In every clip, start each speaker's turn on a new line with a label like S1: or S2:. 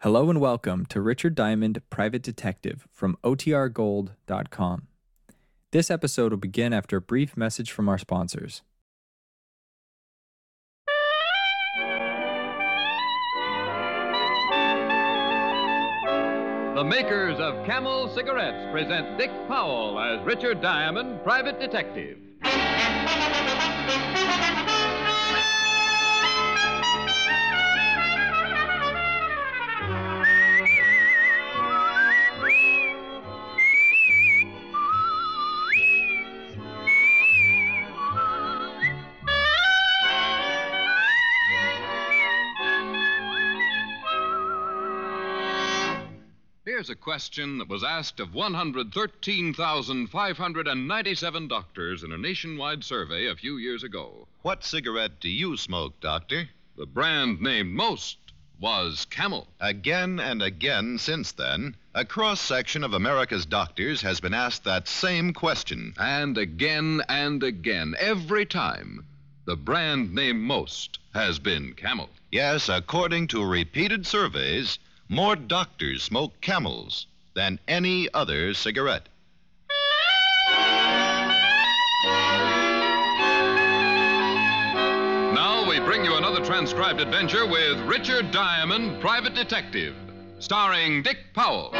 S1: Hello and welcome to Richard Diamond, Private Detective from OTRGold.com. This episode will begin after a brief message from our sponsors.
S2: The makers of Camel cigarettes present Dick Powell as Richard Diamond, private detective. Here's a question that was asked of 113,597 doctors in a nationwide survey a few years ago.
S3: What cigarette do you smoke, Doctor?
S2: The brand named most was Camel.
S3: Again and again since then, a cross section of America's doctors has been asked that same question.
S2: And again and again, every time, the brand named most has been Camel.
S3: Yes, according to repeated surveys, more doctors smoke camels than any other cigarette.
S2: Now we bring you another transcribed adventure with Richard Diamond, private detective, starring Dick Powell.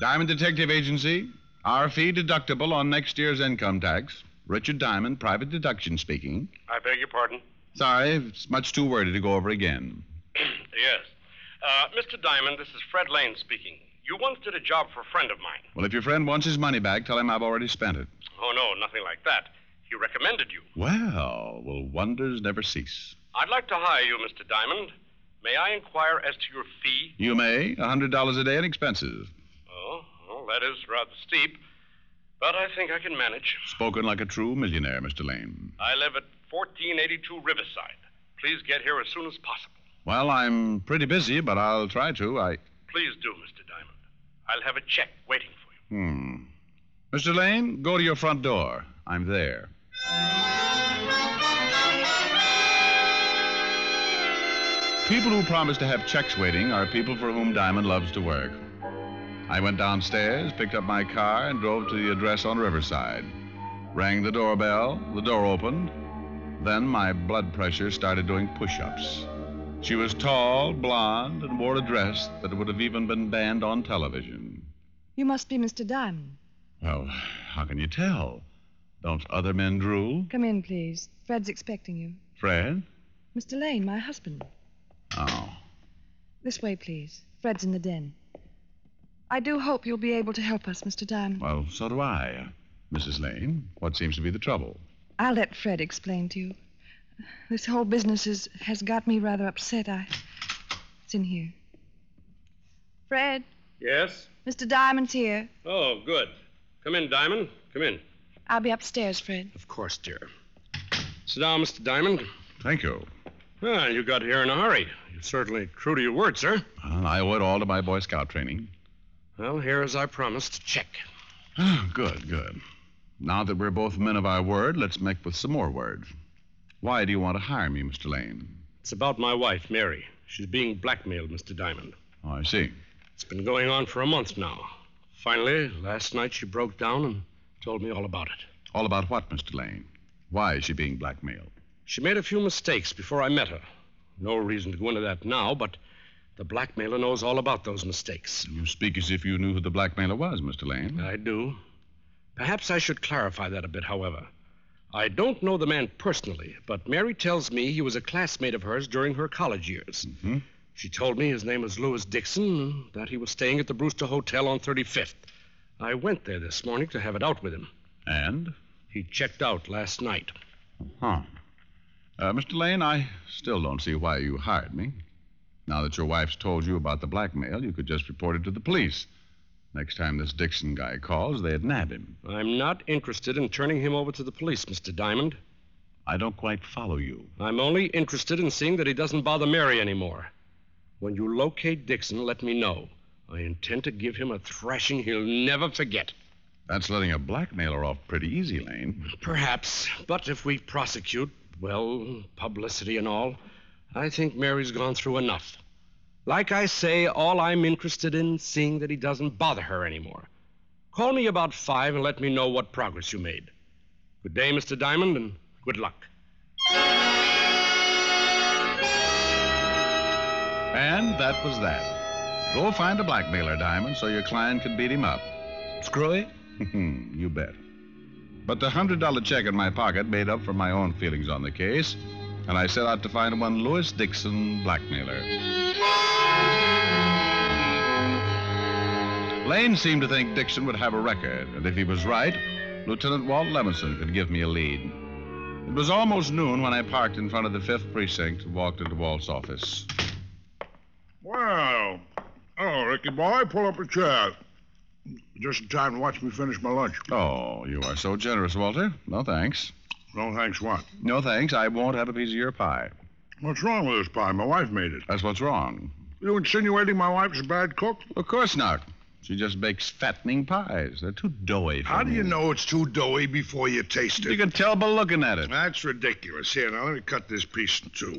S4: Diamond Detective Agency, our fee deductible on next year's income tax. Richard Diamond, private deduction speaking.
S5: I beg your pardon?
S4: Sorry, it's much too wordy to go over again.
S5: yes. Uh, Mr. Diamond, this is Fred Lane speaking. You once did a job for a friend of mine.
S4: Well, if your friend wants his money back, tell him I've already spent it.
S5: Oh, no, nothing like that. He recommended you.
S4: Well, will wonders never cease?
S5: I'd like to hire you, Mr. Diamond. May I inquire as to your fee?
S4: You may. a $100 a day in expenses.
S5: Oh, well, that is rather steep, but I think I can manage.
S4: Spoken like a true millionaire, Mr. Lane.
S5: I live at 1482 Riverside. Please get here as soon as possible.
S4: Well, I'm pretty busy, but I'll try to. I.
S5: Please do, Mr. Diamond. I'll have a check waiting for you.
S4: Hmm. Mr. Lane, go to your front door. I'm there. People who promise to have checks waiting are people for whom Diamond loves to work. I went downstairs, picked up my car, and drove to the address on Riverside. Rang the doorbell, the door opened. Then my blood pressure started doing push ups. She was tall, blonde, and wore a dress that would have even been banned on television.
S6: You must be Mr. Diamond.
S4: Well, how can you tell? Don't other men drool?
S6: Come in, please. Fred's expecting you.
S4: Fred?
S6: Mr. Lane, my husband.
S4: Oh.
S6: This way, please. Fred's in the den. I do hope you'll be able to help us, Mr. Diamond.
S4: Well, so do I. Mrs. Lane, what seems to be the trouble?
S6: I'll let Fred explain to you. This whole business is, has got me rather upset. I. It's in here. Fred,
S5: Yes?
S6: Mr. Diamond's here.
S5: Oh, good. Come in, Diamond. Come in.
S6: I'll be upstairs, Fred.
S5: Of course, dear. Sit down, Mr. Diamond.
S4: Thank you.
S5: Well, you got here in a hurry. You're certainly true to your word, sir.
S4: Well, I owe it all to my Boy Scout training.
S5: Well, here is our promised check.
S4: Ah, good, good. Now that we're both men of our word, let's make with some more words. Why do you want to hire me, Mr. Lane?
S5: It's about my wife, Mary. She's being blackmailed, Mr. Diamond.
S4: Oh, I see.
S5: It's been going on for a month now. Finally, last night she broke down and told me all about it.
S4: All about what, Mr. Lane? Why is she being blackmailed?
S5: She made a few mistakes before I met her. No reason to go into that now, but the blackmailer knows all about those mistakes.
S4: You speak as if you knew who the blackmailer was, Mr. Lane.
S5: I do. Perhaps I should clarify that a bit, however. I don't know the man personally, but Mary tells me he was a classmate of hers during her college years.
S4: Mm-hmm.
S5: She told me his name was Lewis Dixon and that he was staying at the Brewster Hotel on 35th. I went there this morning to have it out with him.
S4: And?
S5: He checked out last night.
S4: Huh. Uh, Mr. Lane, I still don't see why you hired me. Now that your wife's told you about the blackmail, you could just report it to the police. Next time this Dixon guy calls, they'd nab him.
S5: I'm not interested in turning him over to the police, Mr. Diamond.
S4: I don't quite follow you.
S5: I'm only interested in seeing that he doesn't bother Mary anymore. When you locate Dixon, let me know. I intend to give him a thrashing he'll never forget.
S4: That's letting a blackmailer off pretty easy, Lane.
S5: Perhaps. But if we prosecute, well, publicity and all, I think Mary's gone through enough. Like I say, all I'm interested in is seeing that he doesn't bother her anymore. Call me about five and let me know what progress you made. Good day, Mr. Diamond, and good luck.
S4: And that was that. Go find a blackmailer, Diamond, so your client can beat him up.
S5: Screwy?
S4: you bet. But the $100 check in my pocket made up for my own feelings on the case, and I set out to find one Lewis Dixon blackmailer. Lane seemed to think Dixon would have a record, and if he was right, Lieutenant Walt Lemonson could give me a lead. It was almost noon when I parked in front of the 5th Precinct and walked into Walt's office.
S7: Well, oh, Ricky boy, pull up a chair. Just in time to watch me finish my lunch.
S4: Oh, you are so generous, Walter. No thanks.
S7: No thanks, what?
S4: No thanks. I won't have a piece of your pie.
S7: What's wrong with this pie? My wife made it.
S4: That's what's wrong.
S7: You insinuating my wife's a bad cook?
S4: Of course not. She just bakes fattening pies. They're too doughy. For
S7: How do
S4: me.
S7: you know it's too doughy before you taste
S4: You
S7: it?
S4: can tell by looking at it.
S7: That's ridiculous. Here, now let me cut this piece in two.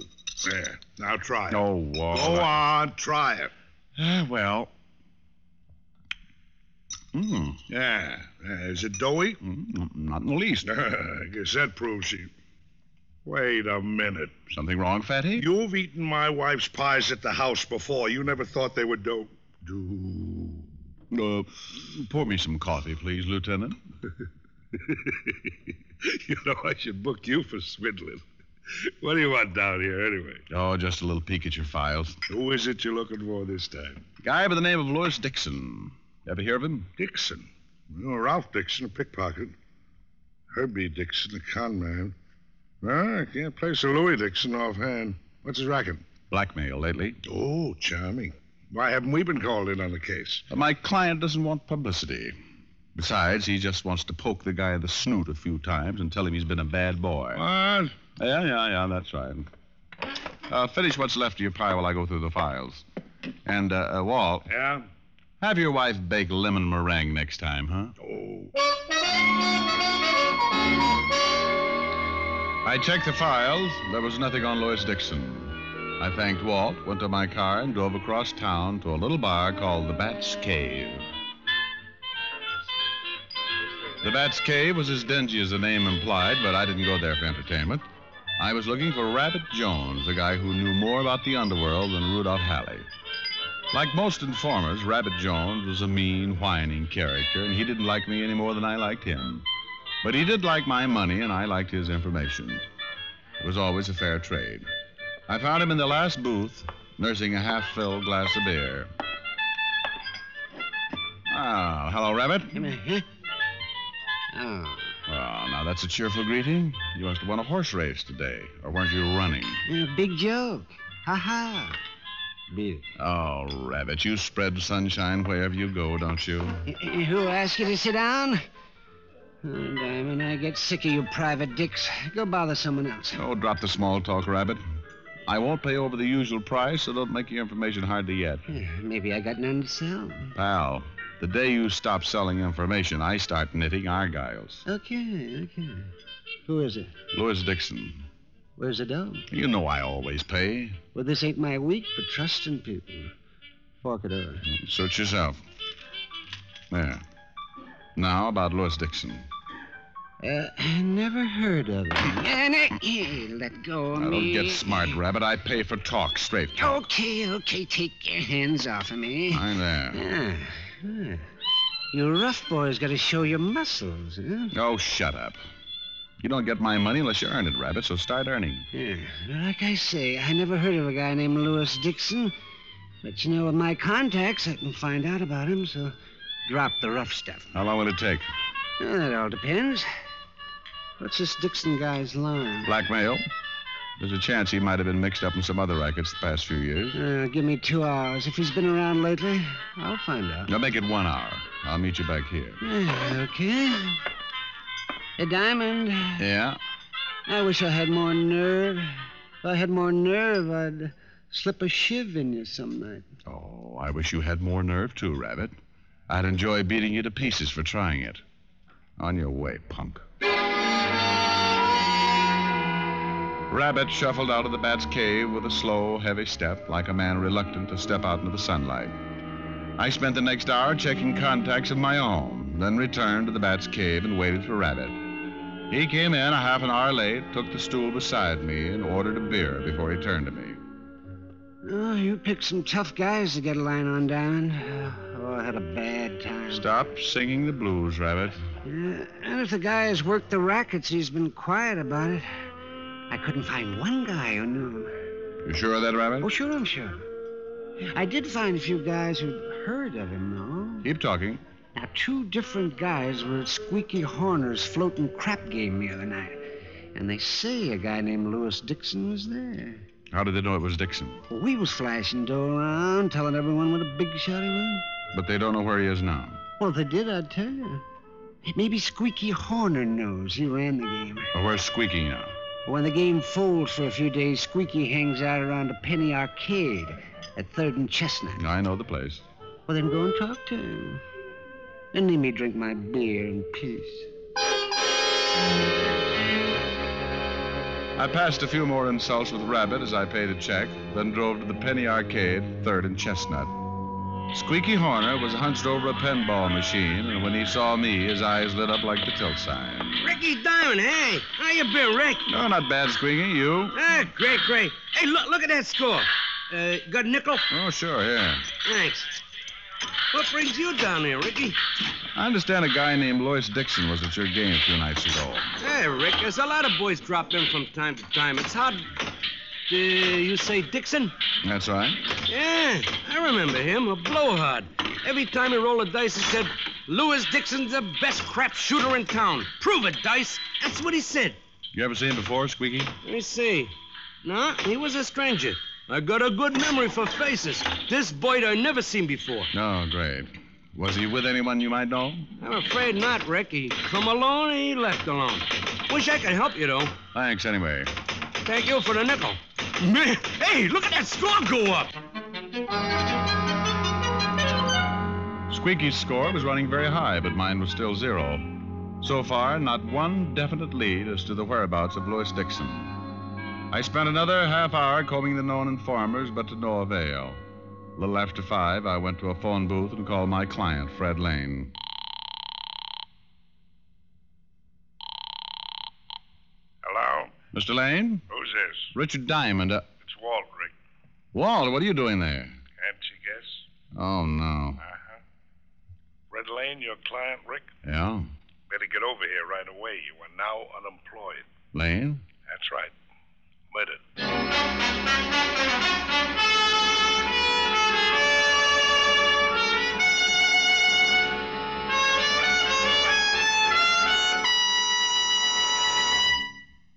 S7: There. Now try it.
S4: Oh, Walter.
S7: Go on, try it.
S4: Ah, well. Mm,
S7: Yeah. yeah. Is it doughy?
S4: mm, not in the least.
S7: I guess that proves she. Wait a minute.
S4: Something wrong, Fatty?
S7: You've eaten my wife's pies at the house before. You never thought they were dough.
S4: do. Uh, pour me some coffee, please, Lieutenant.
S7: you know, I should book you for swindling. What do you want down here, anyway?
S4: Oh, just a little peek at your files.
S7: Who is it you're looking for this time?
S4: Guy by the name of Lewis Dixon. Ever hear of him?
S7: Dixon. You know, Ralph Dixon, a pickpocket. Herbie Dixon, a con man. Well, I can't place a Louis Dixon offhand. What's his racket?
S4: Blackmail lately.
S7: Oh, charming. Why haven't we been called in on the case?
S4: But my client doesn't want publicity. Besides, he just wants to poke the guy in the snoot a few times and tell him he's been a bad boy.
S7: What?
S4: Yeah, yeah, yeah, that's right. Uh, finish what's left of your pie while I go through the files. And, uh, uh, Walt,
S7: Yeah?
S4: have your wife bake lemon meringue next time, huh?
S7: Oh.
S4: I checked the files. There was nothing on Lewis Dixon. I thanked Walt, went to my car, and drove across town to a little bar called the Bat's Cave. The Bat's Cave was as dingy as the name implied, but I didn't go there for entertainment. I was looking for Rabbit Jones, the guy who knew more about the underworld than Rudolph Halley. Like most informers, Rabbit Jones was a mean, whining character, and he didn't like me any more than I liked him. But he did like my money, and I liked his information. It was always a fair trade. I found him in the last booth, nursing a half filled glass of beer. Ah, hello, Rabbit.
S5: Uh-huh. Oh,
S4: Well, now that's a cheerful greeting. You must have won a horse race today, or weren't you running?
S8: Uh, big joke. Ha ha. Bill.
S4: Oh, Rabbit, you spread sunshine wherever you go, don't you?
S8: Eh, eh, Who asked you to sit down? Oh, Diamond, I get sick of you private dicks. Go bother someone else.
S4: Oh, drop the small talk, Rabbit. I won't pay over the usual price, so don't make your information hard to get.
S8: Eh, Maybe I got none to sell.
S4: Pal, the day you stop selling information, I start knitting argyles.
S8: Okay, okay. Who is it?
S4: Lewis Dixon,
S8: Where's the dough?
S4: you know I always pay.
S8: Well, this ain't my week for trusting people. Fork it over.
S4: Suit yourself. There. Now about Lewis Dixon.
S8: Uh, never heard of it. And I, eh, let go of
S4: Now, don't
S8: me.
S4: get smart, Rabbit. I pay for talk, straight talk.
S8: Okay, okay, take your hands off of me.
S4: Hi there.
S8: Ah, ah. You rough boys got to show your muscles, huh?
S4: Oh, shut up. You don't get my money unless you earn it, Rabbit, so start earning.
S8: Yeah. Like I say, I never heard of a guy named Lewis Dixon. But you know, with my contacts, I can find out about him, so drop the rough stuff.
S4: How long will it take?
S8: Well, that all depends. What's this Dixon guy's line?
S4: Blackmail? There's a chance he might have been mixed up in some other rackets the past few years.
S8: Uh, give me two hours. If he's been around lately, I'll find out.
S4: Now make it one hour. I'll meet you back here.
S8: Yeah, okay. A diamond.
S4: Yeah?
S8: I wish I had more nerve. If I had more nerve, I'd slip a shiv in you some night.
S4: Oh, I wish you had more nerve, too, Rabbit. I'd enjoy beating you to pieces for trying it. On your way, punk. Rabbit shuffled out of the bat's cave with a slow, heavy step, like a man reluctant to step out into the sunlight. I spent the next hour checking contacts of my own, then returned to the bat's cave and waited for Rabbit. He came in a half an hour late, took the stool beside me, and ordered a beer before he turned to me.
S8: Oh, you picked some tough guys to get a line on, Diamond. Oh, I had a bad time.
S4: Stop singing the blues, Rabbit.
S8: Yeah, and if the guy has worked the rackets, he's been quiet about it. I couldn't find one guy who knew.
S4: You sure of that, Rabbit?
S8: Oh, sure, I'm sure. I did find a few guys who'd heard of him, though.
S4: Keep talking.
S8: Now, two different guys were at Squeaky Horner's floating crap game the other night. And they say a guy named Lewis Dixon was there.
S4: How did they know it was Dixon?
S8: Well, we was flashing dough around, telling everyone what a big shot he was.
S4: But they don't know where he is now.
S8: Well, if they did, I'd tell you. Maybe Squeaky Horner knows. He ran the game.
S4: Well, where's Squeaky now?
S8: When the game folds for a few days, Squeaky hangs out around a penny arcade at 3rd and Chestnut.
S4: I know the place.
S8: Well, then go and talk to him. And let me drink my beer in peace.
S4: I passed a few more insults with Rabbit as I paid a check, then drove to the Penny Arcade, 3rd and Chestnut. Squeaky Horner was hunched over a pinball machine, and when he saw me, his eyes lit up like the tilt sign.
S8: Ricky Diamond, hey! How you been, Rick?
S4: No, not bad, Squeaky. You?
S8: Ah, great, great. Hey, look, look at that score. Uh, got a nickel?
S4: Oh, sure, yeah.
S8: Thanks. What brings you down here, Ricky?
S4: I understand a guy named Lois Dixon was at your game a few nights ago.
S9: Hey, Rick, there's a lot of boys drop in from time to time. It's hard. Uh, you say Dixon?
S4: That's right.
S9: Yeah, I remember him, a blowhard. Every time he rolled a dice, he said, Lewis Dixon's the best crap shooter in town. Prove it, Dice. That's what he said.
S4: You ever seen him before, Squeaky?
S9: Let me see. No, he was a stranger. I got a good memory for faces. This boy I never seen before.
S4: Oh, great. Was he with anyone you might know?
S9: I'm afraid not, Rick. He come alone and he left alone. Wish I could help you, though.
S4: Thanks, anyway.
S9: Thank you for the nickel. Man, hey, look at that score go up.
S4: Squeaky's score was running very high, but mine was still zero. So far, not one definite lead as to the whereabouts of Lewis Dixon. I spent another half hour combing the known informers, but to no avail. A little after five, I went to a phone booth and called my client, Fred Lane.
S7: Hello?
S4: Mr. Lane?
S7: Who's this?
S4: Richard Diamond. Uh,
S7: It's Walt, Rick.
S4: Walt, what are you doing there?
S7: Can't you guess?
S4: Oh, no.
S7: Uh-huh. Red Lane, your client, Rick?
S4: Yeah?
S7: Better get over here right away. You are now unemployed.
S4: Lane?
S7: That's right. Murdered.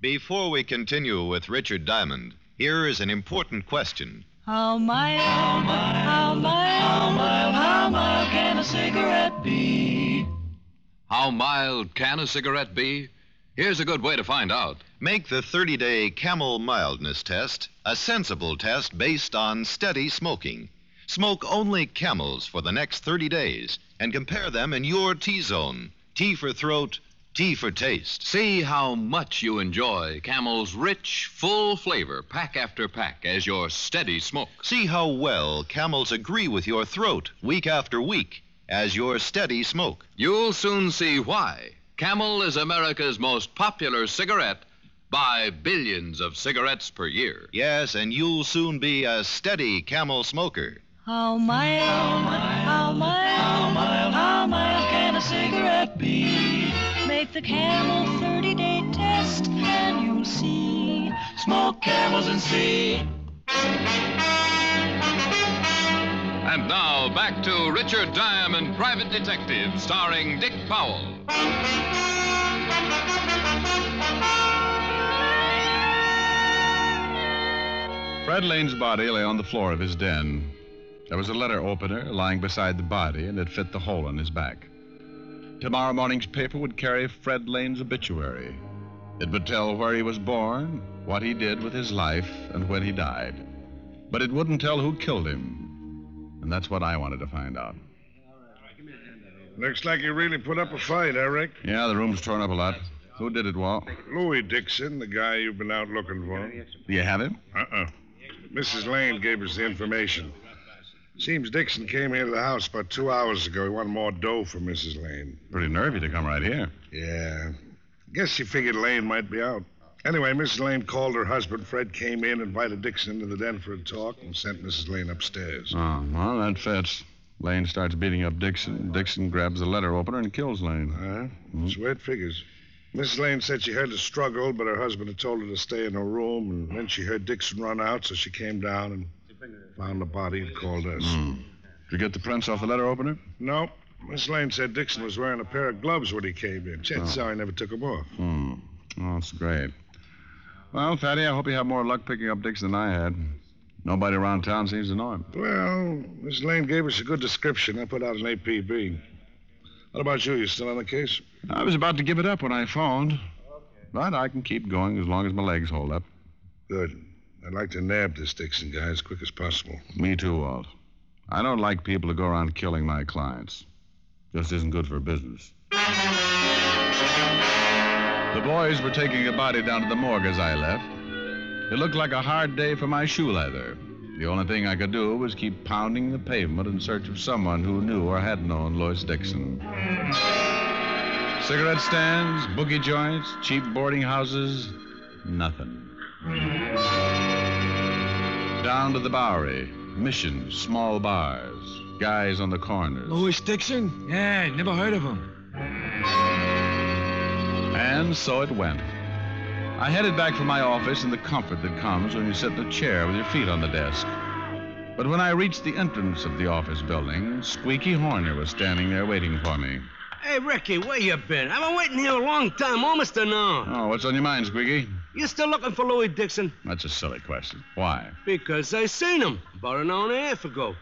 S3: Before we continue with Richard Diamond, here is an important question.
S10: How mild, how mild, how mild, how mild can a cigarette be?
S2: How mild can a cigarette be? Here's a good way to find out.
S3: Make the 30 day camel mildness test a sensible test based on steady smoking. Smoke only camels for the next 30 days and compare them in your T zone T for throat, T for taste.
S2: See how much you enjoy Camel's rich, full flavor, pack after pack, as your steady smoke.
S3: See how well camels agree with your throat week after week as your steady smoke.
S2: You'll soon see why. Camel is America's most popular cigarette by billions of cigarettes per year.
S3: Yes, and you'll soon be a steady camel smoker.
S10: How mild, how mild, how mild, how mild can a cigarette be? Make the camel 30 day test and you'll see. Smoke camels and see.
S2: And now back to Richard Diamond, Private Detective, starring Dick Powell.
S4: Fred Lane's body lay on the floor of his den. There was a letter opener lying beside the body, and it fit the hole in his back. Tomorrow morning's paper would carry Fred Lane's obituary. It would tell where he was born, what he did with his life, and when he died. But it wouldn't tell who killed him. And that's what I wanted to find out.
S7: Looks like you really put up a fight, huh, Rick?
S4: Yeah, the room's torn up a lot. Who did it, Walt?
S7: Louis Dixon, the guy you've been out looking for.
S4: Do you have him?
S7: Uh-uh. Mrs. Lane gave us the information. Seems Dixon came into the house about two hours ago. He wanted more dough for Mrs. Lane.
S4: Pretty nervy to come right here.
S7: Yeah. Guess she figured Lane might be out. Anyway, Mrs. Lane called her husband. Fred came in, invited Dixon into the den for a talk, and sent Mrs. Lane upstairs.
S4: Oh, well, that fits. Lane starts beating up Dixon. Dixon grabs the letter opener and kills Lane.
S7: Huh?
S4: Hmm?
S7: That's the way it figures. Mrs. Lane said she heard a struggle, but her husband had told her to stay in her room, and then she heard Dixon run out, so she came down and found the body and called us.
S4: Hmm. Did you get the prints off the letter opener?
S7: No. Miss Lane said Dixon was wearing a pair of gloves when he came in.
S4: Oh.
S7: That's how I never took them off.
S4: Hmm. Oh, that's great. Well, Fatty, I hope you have more luck picking up Dixon than I had. Nobody around town seems to know him.
S7: Well, Miss Lane gave us a good description. I put out an APB. What about you? You still on the case?
S4: I was about to give it up when I phoned. But I can keep going as long as my legs hold up.
S7: Good. I'd like to nab this Dixon guy as quick as possible.
S4: Me too, Walt. I don't like people to go around killing my clients. Just isn't good for business. The boys were taking the body down to the morgue as I left. It looked like a hard day for my shoe leather. The only thing I could do was keep pounding the pavement in search of someone who knew or had known Lois Dixon. Cigarette stands, boogie joints, cheap boarding houses, nothing. Down to the Bowery, Mission, small bars, guys on the corners.
S11: Louis Dixon? Yeah, never heard of him.
S4: And so it went. I headed back for my office in the comfort that comes when you sit in a chair with your feet on the desk. But when I reached the entrance of the office building, Squeaky Horner was standing there waiting for me.
S9: Hey, Ricky, where you been? I've been waiting here a long time, almost an hour.
S4: Oh, what's on your mind, Squeaky?
S9: You still looking for Louis Dixon?
S4: That's a silly question. Why?
S9: Because I seen him about an hour and a half ago.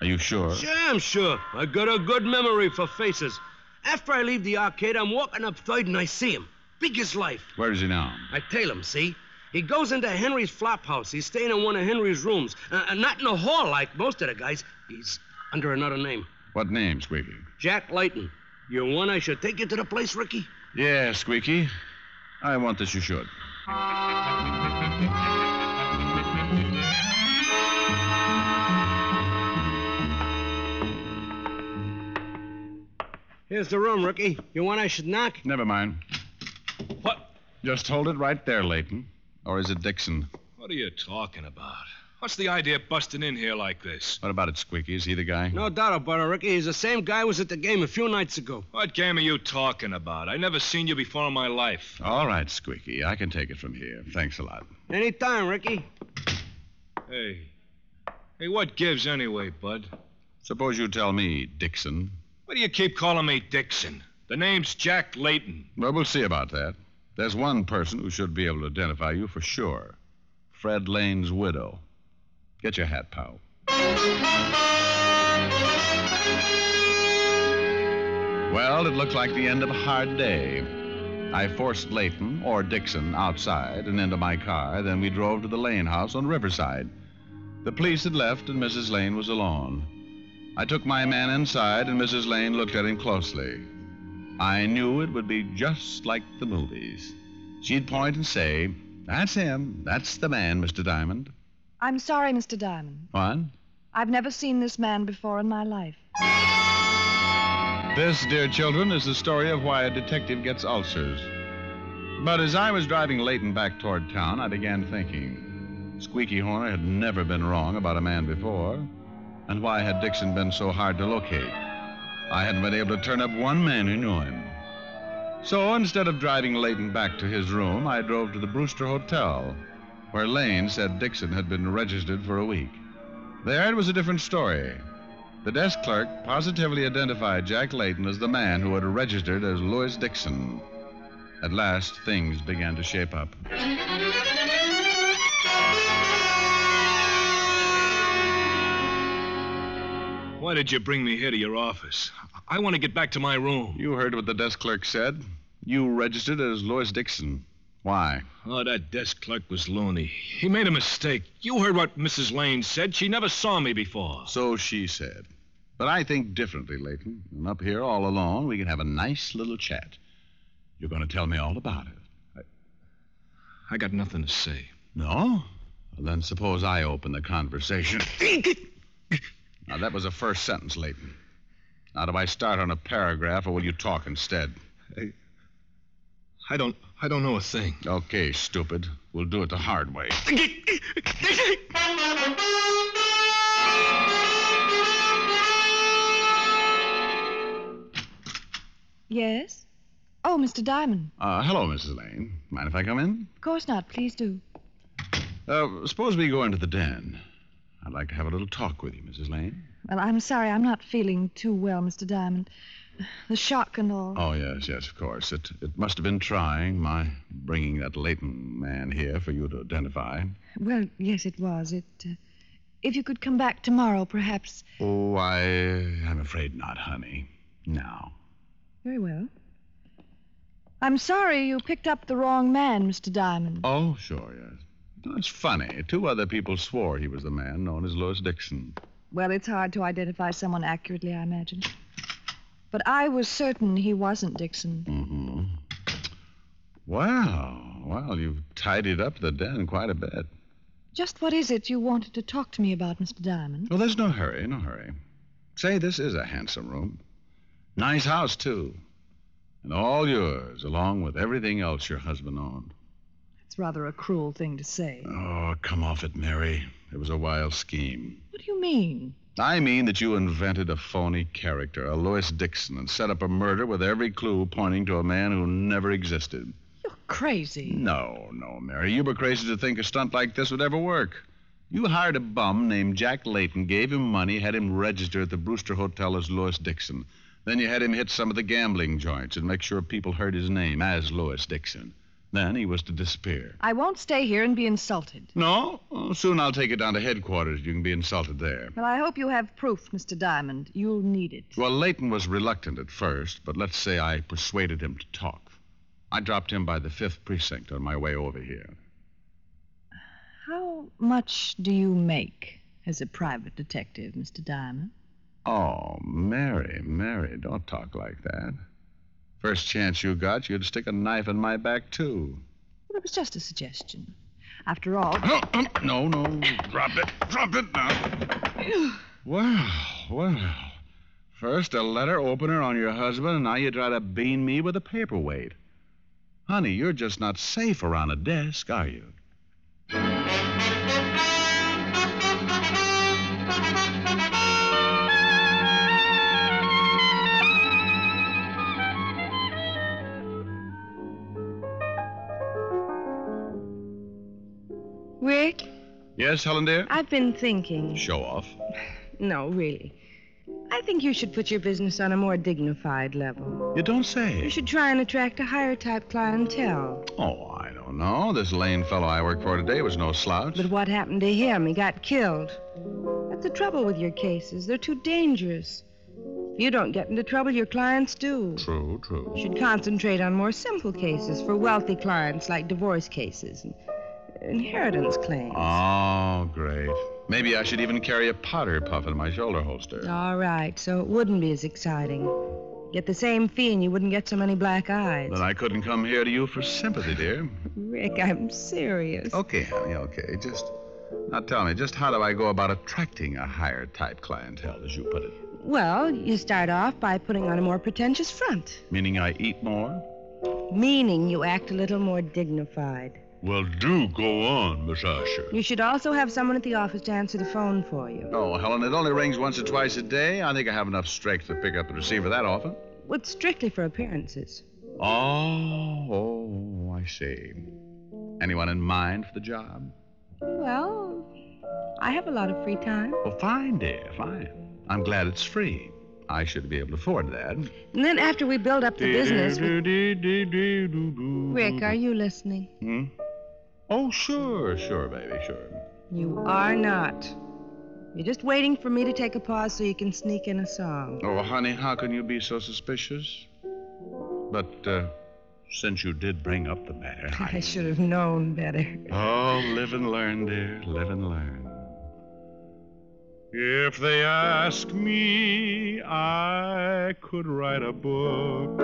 S4: Are you sure?
S9: Sure, I'm sure. I got a good memory for faces. After I leave the arcade, I'm walking up third and I see him. Big as life.
S4: Where is he now?
S9: I tail him, see? He goes into Henry's flop house. He's staying in one of Henry's rooms. Uh, uh, not in a hall like most of the guys. He's under another name.
S4: What name, Squeaky?
S9: Jack Layton. You want I should take you to the place, Ricky?
S4: Yeah, Squeaky. I want this you should.
S9: Here's the room, Ricky. You want I should knock?
S4: Never mind.
S11: What?
S4: Just hold it right there, Leighton. Or is it Dixon?
S11: What are you talking about? What's the idea of busting in here like this?
S4: What about it, Squeaky? Is he the guy?
S9: No doubt about it, Ricky. He's the same guy who was at the game a few nights ago.
S11: What game are you talking about? I never seen you before in my life.
S4: All right, Squeaky. I can take it from here. Thanks a lot.
S9: Any time, Ricky.
S11: Hey. Hey, what gives anyway, bud?
S4: Suppose you tell me, Dixon.
S11: Why do you keep calling me Dixon? The name's Jack Layton.
S4: Well, we'll see about that. There's one person who should be able to identify you for sure Fred Lane's widow. Get your hat, pal. Well, it looked like the end of a hard day. I forced Layton or Dixon outside and into my car. Then we drove to the Lane house on Riverside. The police had left, and Mrs. Lane was alone. I took my man inside, and Mrs. Lane looked at him closely. I knew it would be just like the movies. She'd point and say, That's him. That's the man, Mr. Diamond.
S6: I'm sorry, Mr. Diamond.
S4: What?
S6: I've never seen this man before in my life.
S4: This, dear children, is the story of why a detective gets ulcers. But as I was driving Leighton back toward town, I began thinking. Squeaky Horner had never been wrong about a man before. And why had Dixon been so hard to locate? I hadn't been able to turn up one man who knew him. So instead of driving Layton back to his room, I drove to the Brewster Hotel, where Lane said Dixon had been registered for a week. There it was a different story. The desk clerk positively identified Jack Layton as the man who had registered as Louis Dixon. At last, things began to shape up.
S11: Why did you bring me here to your office? I want to get back to my room.
S4: You heard what the desk clerk said. You registered as Lois Dixon. Why?
S11: Oh, that desk clerk was loony. He made a mistake. You heard what Mrs. Lane said. She never saw me before.
S4: So she said. But I think differently, Leighton. And up here all alone, we can have a nice little chat. You're going to tell me all about it.
S11: I got nothing to say.
S4: No? Well, then suppose I open the conversation. now, that was a first sentence, Leighton. Now, do I start on a paragraph, or will you talk instead?
S11: I, I don't. I don't know a thing.
S4: Okay, stupid. We'll do it the hard way.
S6: Yes? Oh, Mr. Diamond.
S4: Uh, hello, Mrs. Lane. Mind if I come in?
S6: Of course not. Please do.
S4: Uh, suppose we go into the den. I'd like to have a little talk with you, Mrs. Lane.
S6: Well, I'm sorry. I'm not feeling too well, Mr. Diamond. The shock and all.
S4: Oh, yes, yes, of course. It, it must have been trying, my bringing that Leighton man here for you to identify.
S6: Well, yes, it was. It. Uh, if you could come back tomorrow, perhaps.
S4: Oh, I, I'm afraid not, honey. Now.
S6: Very well. I'm sorry you picked up the wrong man, Mr. Diamond.
S4: Oh, sure, yes. No, It's funny. Two other people swore he was the man known as Louis Dixon.
S6: Well, it's hard to identify someone accurately, I imagine. But I was certain he wasn't Dixon.
S4: Mm-hmm. Well, well, you've tidied up the den quite a bit.
S6: Just what is it you wanted to talk to me about, Mr. Diamond?
S4: Well, there's no hurry, no hurry. Say, this is a handsome room. Nice house, too. And all yours, along with everything else your husband owned.
S6: It's rather a cruel thing to say.
S4: Oh, come off it, Mary. It was a wild scheme.
S6: What do you mean?
S4: I mean that you invented a phony character, a Louis Dixon, and set up a murder with every clue pointing to a man who never existed.
S6: Crazy.
S4: No, no, Mary. You were crazy to think a stunt like this would ever work. You hired a bum named Jack Layton, gave him money, had him register at the Brewster Hotel as Louis Dixon. Then you had him hit some of the gambling joints and make sure people heard his name as Louis Dixon. Then he was to disappear.
S6: I won't stay here and be insulted.
S4: No? Oh, soon I'll take you down to headquarters. You can be insulted there.
S6: Well, I hope you have proof, Mr. Diamond. You'll need it.
S4: Well, Leighton was reluctant at first, but let's say I persuaded him to talk. I dropped him by the fifth precinct on my way over here.
S6: How much do you make as a private detective, Mr. Diamond?
S4: Oh, Mary, Mary, don't talk like that. First chance you got, you'd stick a knife in my back, too.
S6: Well, it was just a suggestion. After all.
S4: No, no, drop it, drop it now. Well, well. First a letter opener on your husband, and now you try to bean me with a paperweight. Honey, you're just not safe around a desk, are you?
S12: Rick,
S4: Yes, Helen, dear?
S12: I've been thinking.
S4: Show off.
S12: No, really. I think you should put your business on a more dignified level.
S4: You don't say.
S12: You should try and attract a higher type clientele.
S4: Oh, I don't know. This Lane fellow I worked for today was no slouch.
S12: But what happened to him? He got killed. That's the trouble with your cases. They're too dangerous. If you don't get into trouble, your clients do.
S4: True, true.
S12: You should concentrate on more simple cases for wealthy clients like divorce cases and inheritance claims.
S4: Oh, great. Maybe I should even carry a powder puff in my shoulder holster.
S12: All right, so it wouldn't be as exciting. Get the same fee and you wouldn't get so many black eyes.
S4: Then I couldn't come here to you for sympathy, dear.
S12: Rick, I'm serious.
S4: Okay, honey, okay. Just. Now tell me, just how do I go about attracting a higher type clientele, as you put it?
S12: Well, you start off by putting on a more pretentious front,
S4: Meaning I eat more?
S12: meaning you act a little more dignified.
S4: Well, do go on, Miss Asher.
S12: You should also have someone at the office to answer the phone for you.
S4: Oh, Helen, it only rings once or twice a day. I think I have enough strength to pick up the receiver that often.
S12: Well, it's strictly for appearances.
S4: Oh, oh, I see. Anyone in mind for the job?
S12: Well, I have a lot of free time.
S4: Well, Oh, fine, dear, fine. I'm glad it's free. I should be able to afford that.
S12: And then after we build up the business, we...
S4: Rick,
S12: Rick, are you listening?
S4: Hmm? Oh, sure, sure, baby, sure.
S12: You are not. You're just waiting for me to take a pause so you can sneak in a song.
S4: Oh, honey, how can you be so suspicious? But uh, since you did bring up the matter,
S12: I should have known better.
S4: Oh, live and learn, dear. Live and learn.
S13: If they ask me, I could write a book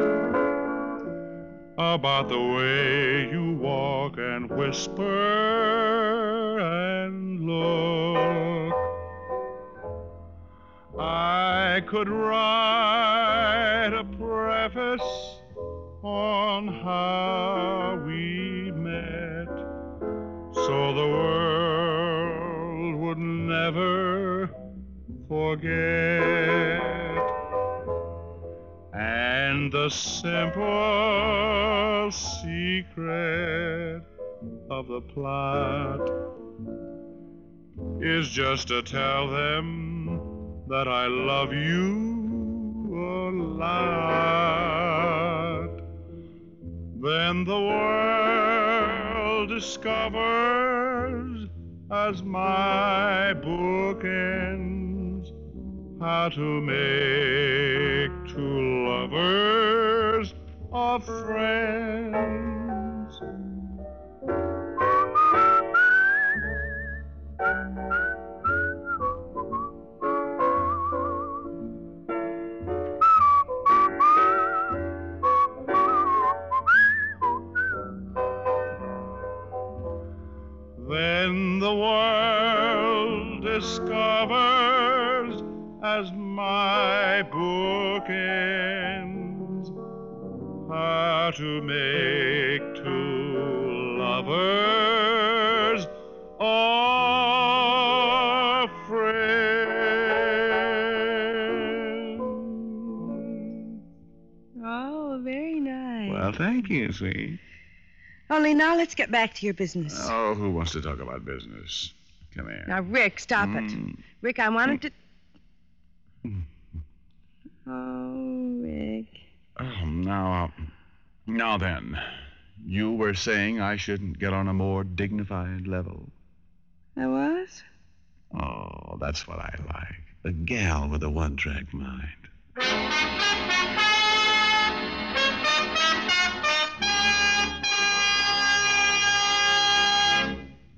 S13: about the way you walk and whisper and look. I could write a preface on how we met so the world would never forget. And the simple secret of the plot is just to tell them that I love you a lot. Then the world discovers as my book ends how to make two lovers of friends. Then the world discovers as my book ends how to make two lovers of friends.
S12: Oh, very nice.
S4: Well, thank you, sweet.
S12: Only now let's get back to your business.
S4: Oh, who wants to talk about business? Come here.
S12: Now, Rick, stop it. Rick, I wanted to. Oh, Rick.
S4: Oh, now, uh, now then, you were saying I shouldn't get on a more dignified level.
S12: I was?
S4: Oh, that's what I like. A gal with a one-track mind.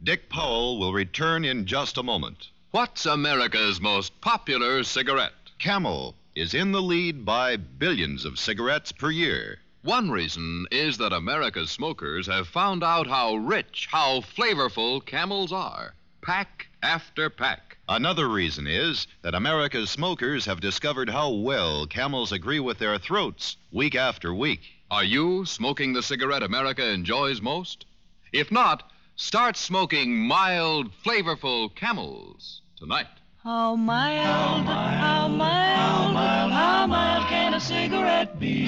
S3: Dick Powell will return in just a moment.
S2: What's America's most popular cigarette?
S3: Camel is in the lead by billions of cigarettes per year.
S2: One reason is that America's smokers have found out how rich, how flavorful camels are, pack after pack.
S3: Another reason is that America's smokers have discovered how well camels agree with their throats week after week.
S2: Are you smoking the cigarette America enjoys most? If not, start smoking mild, flavorful camels tonight.
S10: How mild, how mild, how mild, can a cigarette be?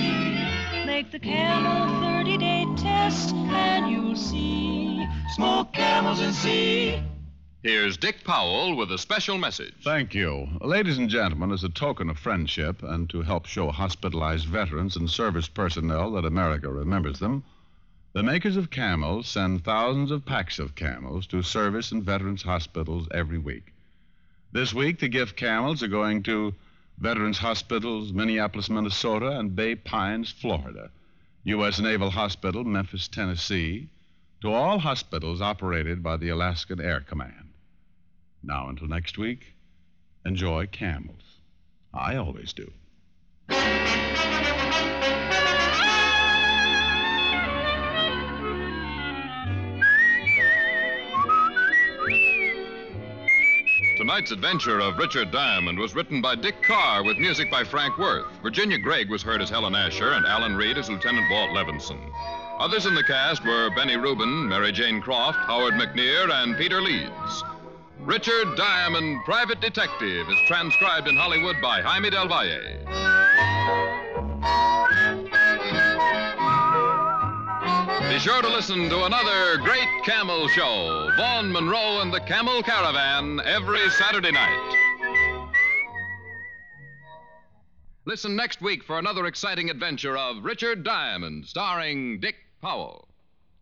S10: Make the camel 30 day test and you'll see. Smoke camels and see.
S2: Here's Dick Powell with a special message.
S4: Thank you. Ladies and gentlemen, as a token of friendship and to help show hospitalized veterans and service personnel that America remembers them, the makers of camels send thousands of packs of camels to service and veterans hospitals every week. This week, the gift camels are going to veterans hospitals, Minneapolis, Minnesota, and Bay Pines, Florida, U.S. Naval Hospital, Memphis, Tennessee, to all hospitals operated by the Alaskan Air Command. Now, until next week, enjoy camels. I always do.
S2: Tonight's adventure of Richard Diamond was written by Dick Carr with music by Frank Worth. Virginia Gregg was heard as Helen Asher and Alan Reed as Lieutenant Walt Levinson. Others in the cast were Benny Rubin, Mary Jane Croft, Howard McNear, and Peter Leeds. Richard Diamond, Private Detective, is transcribed in Hollywood by Jaime Del Valle. Be sure to listen to another great camel show, Vaughn Monroe and the Camel Caravan, every Saturday night. Listen next week for another exciting adventure of Richard Diamond, starring Dick Powell.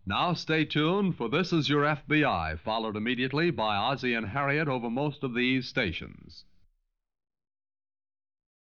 S14: Now stay tuned for This Is Your FBI, followed immediately by Ozzie and Harriet over most of these stations.